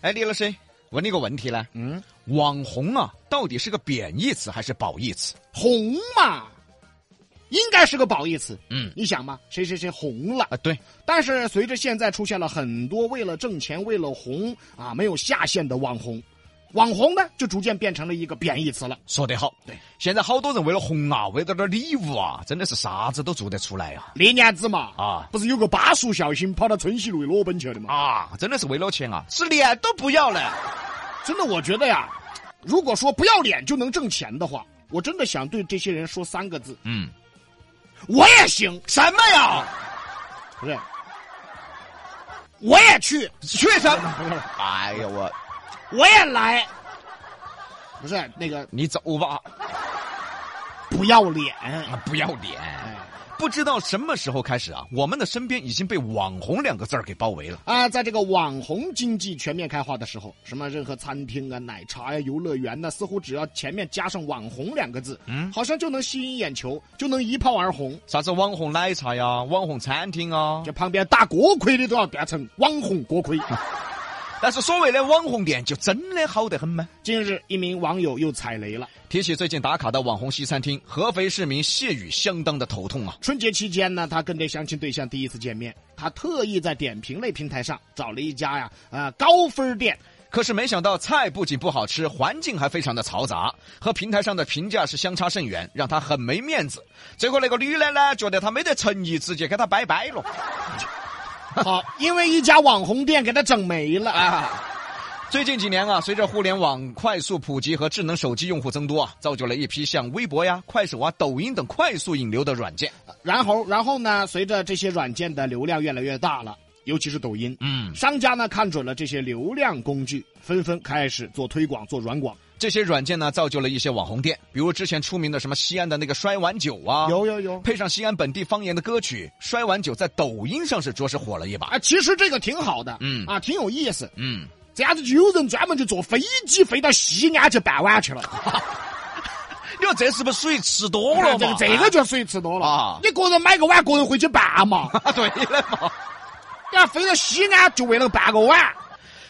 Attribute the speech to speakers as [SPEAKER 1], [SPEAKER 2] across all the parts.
[SPEAKER 1] 哎，李老师，问你个问题呢，
[SPEAKER 2] 嗯，
[SPEAKER 1] 网红啊，到底是个贬义词还是褒义词？
[SPEAKER 2] 红嘛，应该是个褒义词。
[SPEAKER 1] 嗯，
[SPEAKER 2] 你想嘛，谁谁谁红了，
[SPEAKER 1] 啊，对，
[SPEAKER 2] 但是随着现在出现了很多为了挣钱、为了红啊没有下限的网红，网红呢就逐渐变成了一个贬义词了。
[SPEAKER 1] 说得好。
[SPEAKER 2] 对，
[SPEAKER 1] 现在好多人为了红啊，为了点礼物啊，真的是啥子都做得出来呀、
[SPEAKER 2] 那年子嘛，
[SPEAKER 1] 啊
[SPEAKER 2] 不是有个巴蜀孝星跑到春熙路裸奔去了吗？
[SPEAKER 1] 啊！真的是为了钱啊，是脸都不要了。
[SPEAKER 2] 真的，我觉得呀，如果说不要脸就能挣钱的话，我真的想对这些人说三个字：
[SPEAKER 1] 嗯，
[SPEAKER 2] 我也行，
[SPEAKER 1] 什么呀？
[SPEAKER 2] 不是，我也去，
[SPEAKER 1] 学生， 哎呀我，
[SPEAKER 2] 我也来，不是那个
[SPEAKER 1] 你走吧，
[SPEAKER 2] 不要脸。
[SPEAKER 1] 啊不要
[SPEAKER 2] 哎
[SPEAKER 1] 脸。不知道什么时候开始啊，我们的身边已经被“网红”两个字儿给包围了。
[SPEAKER 2] 啊，在这个网红经济全面开花的时候，什么任何餐厅啊、奶茶呀、游乐园呐、似乎只要前面加上“网红”两个字，
[SPEAKER 1] 嗯
[SPEAKER 2] 好像就能吸引眼球，就能一炮而红。
[SPEAKER 1] 啥子网红奶茶呀，网红餐厅啊
[SPEAKER 2] 这，旁边打锅盔的都要变成网红锅盔。
[SPEAKER 1] 但是所谓的网红店，就真的好得很吗？
[SPEAKER 2] 近日，一名网友又踩雷了。
[SPEAKER 1] 提起最近打卡的网红西餐厅，合肥市民谢宇相当的头痛啊。
[SPEAKER 2] 春节期间呢，他跟这相亲对象第一次见面，他特意在点评类平台上找了一家呀啊、高分店，
[SPEAKER 1] 可是没想到菜不仅不好吃，环境还非常的嘈杂，和平台上的评价是相差甚远，让他很没面子。结果那个女的呢，觉得他没得诚意，直接给他拜拜了
[SPEAKER 2] 好，因为一家网红店给他整没了啊。
[SPEAKER 1] 啊。最近几年啊，随着互联网快速普及和智能手机用户增多啊，造就了一批像微博呀、快手啊、抖音等快速引流的软件。
[SPEAKER 2] 然后，然后呢，随着这些软件的流量越来越大了，尤其是抖音，
[SPEAKER 1] 嗯，
[SPEAKER 2] 商家呢看准了这些流量工具，纷纷开始做推广、做软广。
[SPEAKER 1] 这些软件呢，造就了一些网红店，比如之前出名的什么西安的那个摔碗酒啊，
[SPEAKER 2] 有有有
[SPEAKER 1] 配上西安本地方言的歌曲，摔碗酒在抖音上是着实火了一把。
[SPEAKER 2] 啊，其实这个挺好的，
[SPEAKER 1] 嗯
[SPEAKER 2] 啊，挺有意思。
[SPEAKER 1] 嗯，
[SPEAKER 2] 这样子就有人专门就坐飞机飞到西安去办碗去了，
[SPEAKER 1] 你说这是不是属于吃多了
[SPEAKER 2] 这
[SPEAKER 1] 嘛
[SPEAKER 2] 个？哎这个就水吃多了
[SPEAKER 1] 啊
[SPEAKER 2] 你个人买个碗，个人回去办 嘛。
[SPEAKER 1] 啊，对了嘛。
[SPEAKER 2] 要飞到西安就为了办个碗，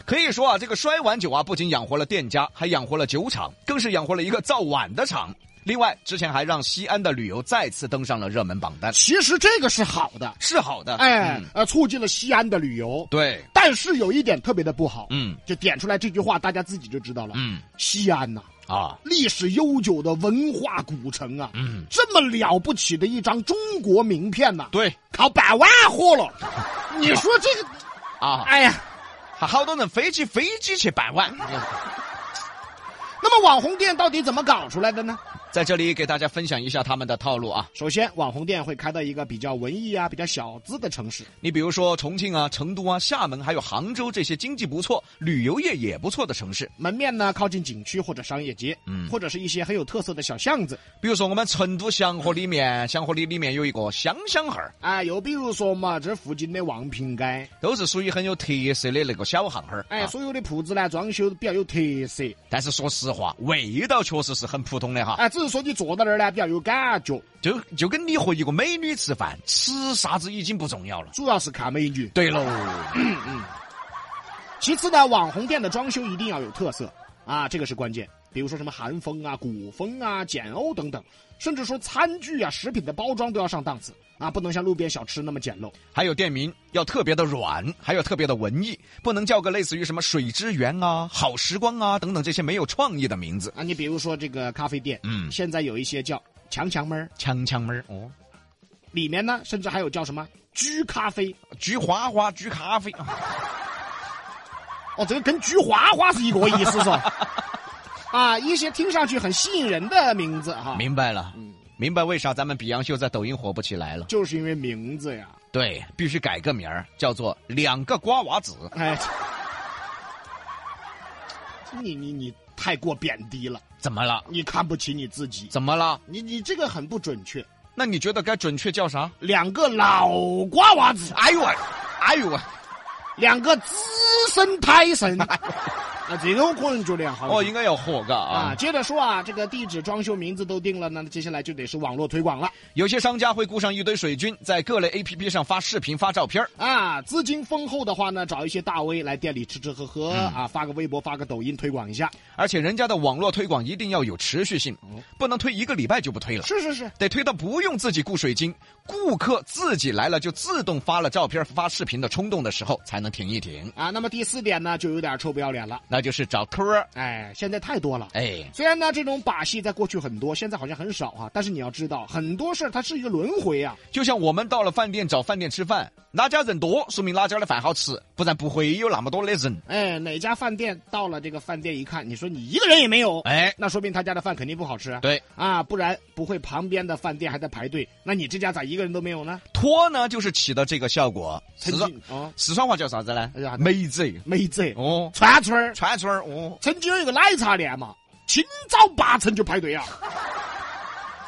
[SPEAKER 1] 可以说啊，这个摔碗酒啊，不仅养活了店家，还养活了酒厂，更是养活了一个造碗的厂。另外，之前还让西安的旅游再次登上了热门榜单，
[SPEAKER 2] 其实这个是好的，
[SPEAKER 1] 是好的。
[SPEAKER 2] 哎，
[SPEAKER 1] 嗯
[SPEAKER 2] 呃，促进了西安的旅游。
[SPEAKER 1] 对，
[SPEAKER 2] 但是有一点特别的不好，
[SPEAKER 1] 嗯
[SPEAKER 2] 就点出来这句话，大家自己就知道了。
[SPEAKER 1] 嗯
[SPEAKER 2] 西安呐、
[SPEAKER 1] 啊，
[SPEAKER 2] 历史悠久的文化古城啊，
[SPEAKER 1] 嗯，
[SPEAKER 2] 这么了不起的一张中国名片呐、
[SPEAKER 1] 对
[SPEAKER 2] 靠百万 火了。你说这个，
[SPEAKER 1] 啊，
[SPEAKER 2] 哎呀，
[SPEAKER 1] 还好多人飞机飞机去办碗。
[SPEAKER 2] 那么网红店到底怎么搞出来的呢？
[SPEAKER 1] 在这里给大家分享一下他们的套路啊。
[SPEAKER 2] 首先，网红店会开到一个比较文艺啊、比较小资的城市，
[SPEAKER 1] 你比如说重庆啊、成都啊、厦门还有杭州这些经济不错、旅游业也不错的城市。
[SPEAKER 2] 门面呢靠近景区或者商业街，
[SPEAKER 1] 嗯
[SPEAKER 2] 或者是一些很有特色的小巷子
[SPEAKER 1] 比如说我们成都祥和里面，祥和里里面有一个香香巷儿，
[SPEAKER 2] 啊。又比如说嘛，这附近的望平街，
[SPEAKER 1] 都是属于很有特色的那个小巷巷儿。
[SPEAKER 2] 哎，
[SPEAKER 1] 啊
[SPEAKER 2] 所有的铺子呢装修比较有特色，
[SPEAKER 1] 但是说实话，味道确实是很普通的哈，
[SPEAKER 2] 啊，只是说你坐到那儿呢比较有感觉，
[SPEAKER 1] 就就跟你和一个美女吃饭，吃啥子已经不重要了。
[SPEAKER 2] 主要是看美女。
[SPEAKER 1] 对喽，
[SPEAKER 2] 其次呢，网红店的装修一定要有特色啊，这个是关键。比如说什么韩风啊、古风啊、简欧等等，甚至说餐具啊、食品的包装都要上档次啊，不能像路边小吃那么简陋。
[SPEAKER 1] 还有店名要特别的软，还有特别的文艺，不能叫个类似于什么水之源啊、好时光啊等等这些没有创意的名字。
[SPEAKER 2] 啊，你比如说这个咖啡店，
[SPEAKER 1] 嗯
[SPEAKER 2] 现在有一些叫“强强妹儿
[SPEAKER 1] 强强妹儿哦。”，
[SPEAKER 2] 里面呢甚至还有叫什么“居咖啡
[SPEAKER 1] 菊花花，菊咖啡，”，
[SPEAKER 2] 哦，这个跟“菊花花”是一个意思嗦。 啊，一些听上去很吸引人的名字 哈、
[SPEAKER 1] 明白了，
[SPEAKER 2] 嗯
[SPEAKER 1] 明白为啥咱们比洋秀在抖音火不起来了？
[SPEAKER 2] 就是因为名字呀，
[SPEAKER 1] 对，必须改个名儿，叫做两个瓜娃子。
[SPEAKER 2] 哎，你你你太过贬低了，
[SPEAKER 1] 怎么了？
[SPEAKER 2] 你看不起你自己，
[SPEAKER 1] 怎么了？
[SPEAKER 2] 你你这个很不准确。
[SPEAKER 1] 那你觉得该准确叫啥？
[SPEAKER 2] 两个老瓜娃子，
[SPEAKER 1] 哎呦喂，哎呦喂，
[SPEAKER 2] 两个资深胎神， 啊，这种个人觉得好
[SPEAKER 1] 哦，应该要火嘎
[SPEAKER 2] 啊。
[SPEAKER 1] 啊。
[SPEAKER 2] 接着说啊，这个地址、装修、名字都定了，那接下来就得是网络推广了
[SPEAKER 1] 有些商家会雇上一堆水军，在各类 APP 上发视频、发照片儿
[SPEAKER 2] 啊。资金丰厚的话呢，找一些大 V 来店里吃吃喝喝、啊，发个微博、发个抖音推广一下。
[SPEAKER 1] 而且人家的网络推广一定要有持续性，不能推一个礼拜就不推了，
[SPEAKER 2] 是是是，
[SPEAKER 1] 得推到不用自己雇水晶，顾客自己来了就自动发了照片、发视频的冲动的时候，才能停一停。
[SPEAKER 2] 啊，那么第四点呢，就有点臭不要脸了。
[SPEAKER 1] 那就是找坑儿，
[SPEAKER 2] 哎，现在太多了。
[SPEAKER 1] 哎，
[SPEAKER 2] 虽然呢，这种把戏在过去很多，现在好像很少啊。但是你要知道，很多事儿它是一个轮回啊。
[SPEAKER 1] 就像我们到了饭店找饭店吃饭，哪家人多，说明哪家的饭好吃，不然不会有那么多的人。
[SPEAKER 2] 哎，哪家饭店到了这个饭店一看，你说你一个人也没有，
[SPEAKER 1] 哎，
[SPEAKER 2] 那说明他家的饭肯定不好吃啊。
[SPEAKER 1] 对，
[SPEAKER 2] 啊，不然不会旁边的饭店还在排队，那你这家咋一个人都没有呢？
[SPEAKER 1] 拖呢就是起到这个效果。四
[SPEAKER 2] 曾
[SPEAKER 1] 川
[SPEAKER 2] 经啊，
[SPEAKER 1] 四川话叫啥子呢
[SPEAKER 2] 哎呀？
[SPEAKER 1] 妹子
[SPEAKER 2] 妹子，
[SPEAKER 1] 哦，
[SPEAKER 2] 串串儿，
[SPEAKER 1] 串串儿哦，
[SPEAKER 2] 曾经有一个奶茶店嘛，清早八晨就排队啊。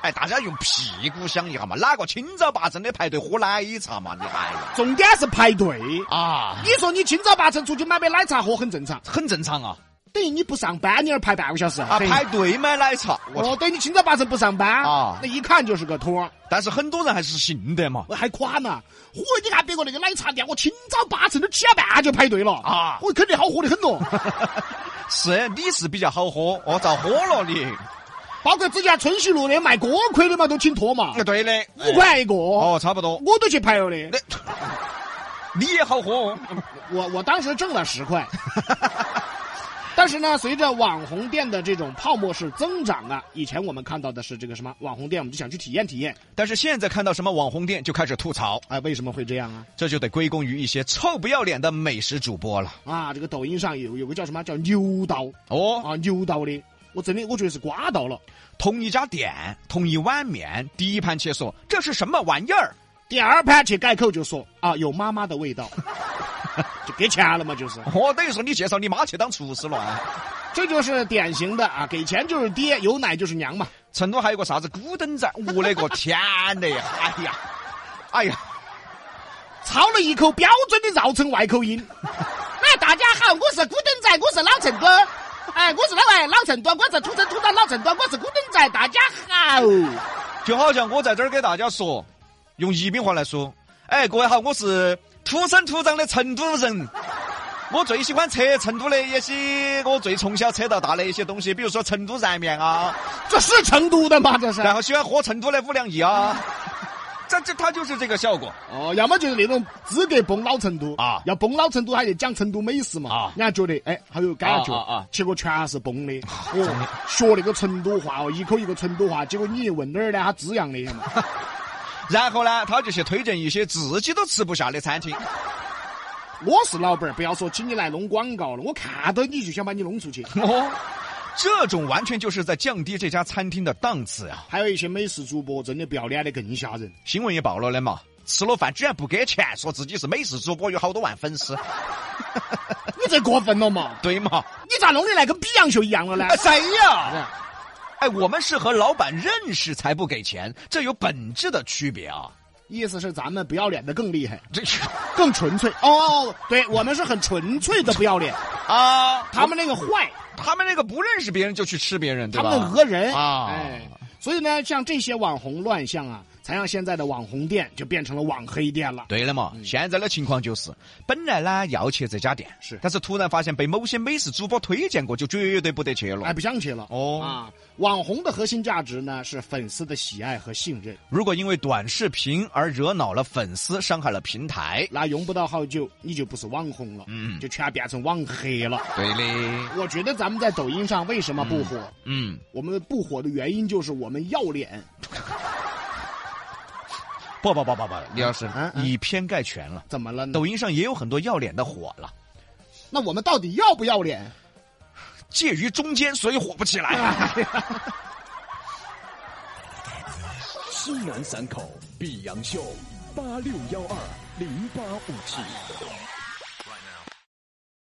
[SPEAKER 1] 哎，大家用屁股想一下嘛，哪个清早八晨的排队喝奶茶嘛？你哎呀
[SPEAKER 2] 重点是排队。
[SPEAKER 1] 啊，
[SPEAKER 2] 你说你清早八晨出去买杯奶茶喝很正常，
[SPEAKER 1] 很正常啊
[SPEAKER 2] 等于你不上班，你要排半个小时
[SPEAKER 1] 啊，
[SPEAKER 2] 等于
[SPEAKER 1] 排队买奶茶，我操！
[SPEAKER 2] 哦，对你清早八晨不上班
[SPEAKER 1] 啊
[SPEAKER 2] 那一看就是个托儿，
[SPEAKER 1] 但是很多人还是信的嘛。
[SPEAKER 2] 我还夸呢。嚯，你看别个那个奶茶店，我清早八晨都七点半就排队了
[SPEAKER 1] 啊
[SPEAKER 2] 我肯定好喝的很 咯。
[SPEAKER 1] 是，你是比较好喝，我遭喝了你。
[SPEAKER 2] 包括之前春熙路的卖锅盔的嘛，都请托嘛
[SPEAKER 1] 哎，对的，
[SPEAKER 2] 五块一个，
[SPEAKER 1] 哦，差不多。
[SPEAKER 2] 我都去排了的。
[SPEAKER 1] 那你也好喝哦。
[SPEAKER 2] 我我当时挣了十块。但是呢，随着网红店的这种泡沫式增长啊，以前我们看到的是这个什么网红店，我们就想去体验体验。
[SPEAKER 1] 但是现在看到什么网红店就开始吐槽，
[SPEAKER 2] 哎，为什么会这样啊？
[SPEAKER 1] 这就得归功于一些臭不要脸的美食主播了。
[SPEAKER 2] 啊，这个抖音上有有个叫什么叫牛刀
[SPEAKER 1] 哦，
[SPEAKER 2] 啊，牛刀的，我真的我觉得是刮到了。
[SPEAKER 1] 同一家店，同一碗面，第一盘且说这是什么玩意儿，
[SPEAKER 2] 第二盘去改口就说啊，有妈妈的味道， 就给钱了嘛，就是，
[SPEAKER 1] 哦，等于说你介绍你妈去当厨师了啊。
[SPEAKER 2] 这就是典型的啊，给钱就是爹，有奶就是娘嘛。
[SPEAKER 1] 成都还有个啥子咕灯仔，我勒个天嘞！哎呀，哎呀，
[SPEAKER 2] 操了一口标准的绕城外口 音。哎，大家好，我是古灯仔，我是老成都。哎，我是老哎老成都，我是土生土长老成都，我是古灯仔。大家好，
[SPEAKER 1] 就好像我在这儿给大家说，用宜宾话来说，哎，各位好，我是土生土长的成都人。我最喜欢吃成都的一些我最从小吃到大的一些东西，比如说成都燃面啊，
[SPEAKER 2] 这是成都的吗？这是
[SPEAKER 1] 然后喜欢喝成都的五粮液啊，这这它就是这个效果
[SPEAKER 2] 哦，要么就是那种资格崩老成都
[SPEAKER 1] 啊
[SPEAKER 2] 要崩老成都还得讲成都美食嘛
[SPEAKER 1] 啊
[SPEAKER 2] 人家觉得哎好有感觉
[SPEAKER 1] 啊啊啊
[SPEAKER 2] 结果全是 崩的，哦，学那个成都话哦，一口一个成都话，结果你一问哪儿呢，他滋养的嘛，
[SPEAKER 1] 然后呢，他就去推荐一些自己都吃不下的餐厅。
[SPEAKER 2] 我是老板儿，不要说请你来弄广告了，我看到你就想把你弄出去。
[SPEAKER 1] 哦，这种完全就是在降低这家餐厅的档次啊！
[SPEAKER 2] 还有一些美食主播真的不要脸的更 吓人，
[SPEAKER 1] 新闻也报了的嘛，吃了饭居然不给钱，说自己是美食主播，有好多万粉丝，
[SPEAKER 2] 你这过分了嘛？
[SPEAKER 1] 对嘛？
[SPEAKER 2] 你咋弄的来跟比洋秀一样了呢
[SPEAKER 1] 哎，？谁呀？哎，我们是和老板认识才不给钱，这有本质的区别啊！
[SPEAKER 2] 意思是咱们不要脸的更厉害，
[SPEAKER 1] 这
[SPEAKER 2] 更纯粹哦。对我们是很纯粹的不要脸，
[SPEAKER 1] 啊，
[SPEAKER 2] 他们那个坏，
[SPEAKER 1] 他们那个不认识别人就去吃别人，对
[SPEAKER 2] 他
[SPEAKER 1] 吧？
[SPEAKER 2] 们讹人
[SPEAKER 1] 啊
[SPEAKER 2] 哎，所以呢，像这些网红乱象啊，才让现在的网红店就变成了网黑店了。
[SPEAKER 1] 对了嘛，现在的情况就是，本来呢要去这家店，
[SPEAKER 2] 是
[SPEAKER 1] 但是突然发现被某些美食主播推荐过，就绝对不得去了。
[SPEAKER 2] 哎，不想去了
[SPEAKER 1] 哦
[SPEAKER 2] 啊！网红的核心价值呢是粉丝的喜爱和信任，
[SPEAKER 1] 如果因为短视频而惹恼了粉丝，伤害了平台，
[SPEAKER 2] 那用不到好久你就不是网红了，
[SPEAKER 1] 嗯
[SPEAKER 2] 就全变成网黑了。
[SPEAKER 1] 对的，
[SPEAKER 2] 我觉得咱们在抖音上为什么不火？
[SPEAKER 1] 嗯，
[SPEAKER 2] 我们不火的原因就是我们要脸。
[SPEAKER 1] 不不不不不，李老师
[SPEAKER 2] 嗯嗯
[SPEAKER 1] 以偏概全了。
[SPEAKER 2] 怎么了呢？
[SPEAKER 1] 抖音上也有很多要脸的火了，
[SPEAKER 2] 那我们到底要不要脸？
[SPEAKER 1] 介于中间，所以火不起来。
[SPEAKER 3] 西南三口碧阳秀八六幺二零八五七。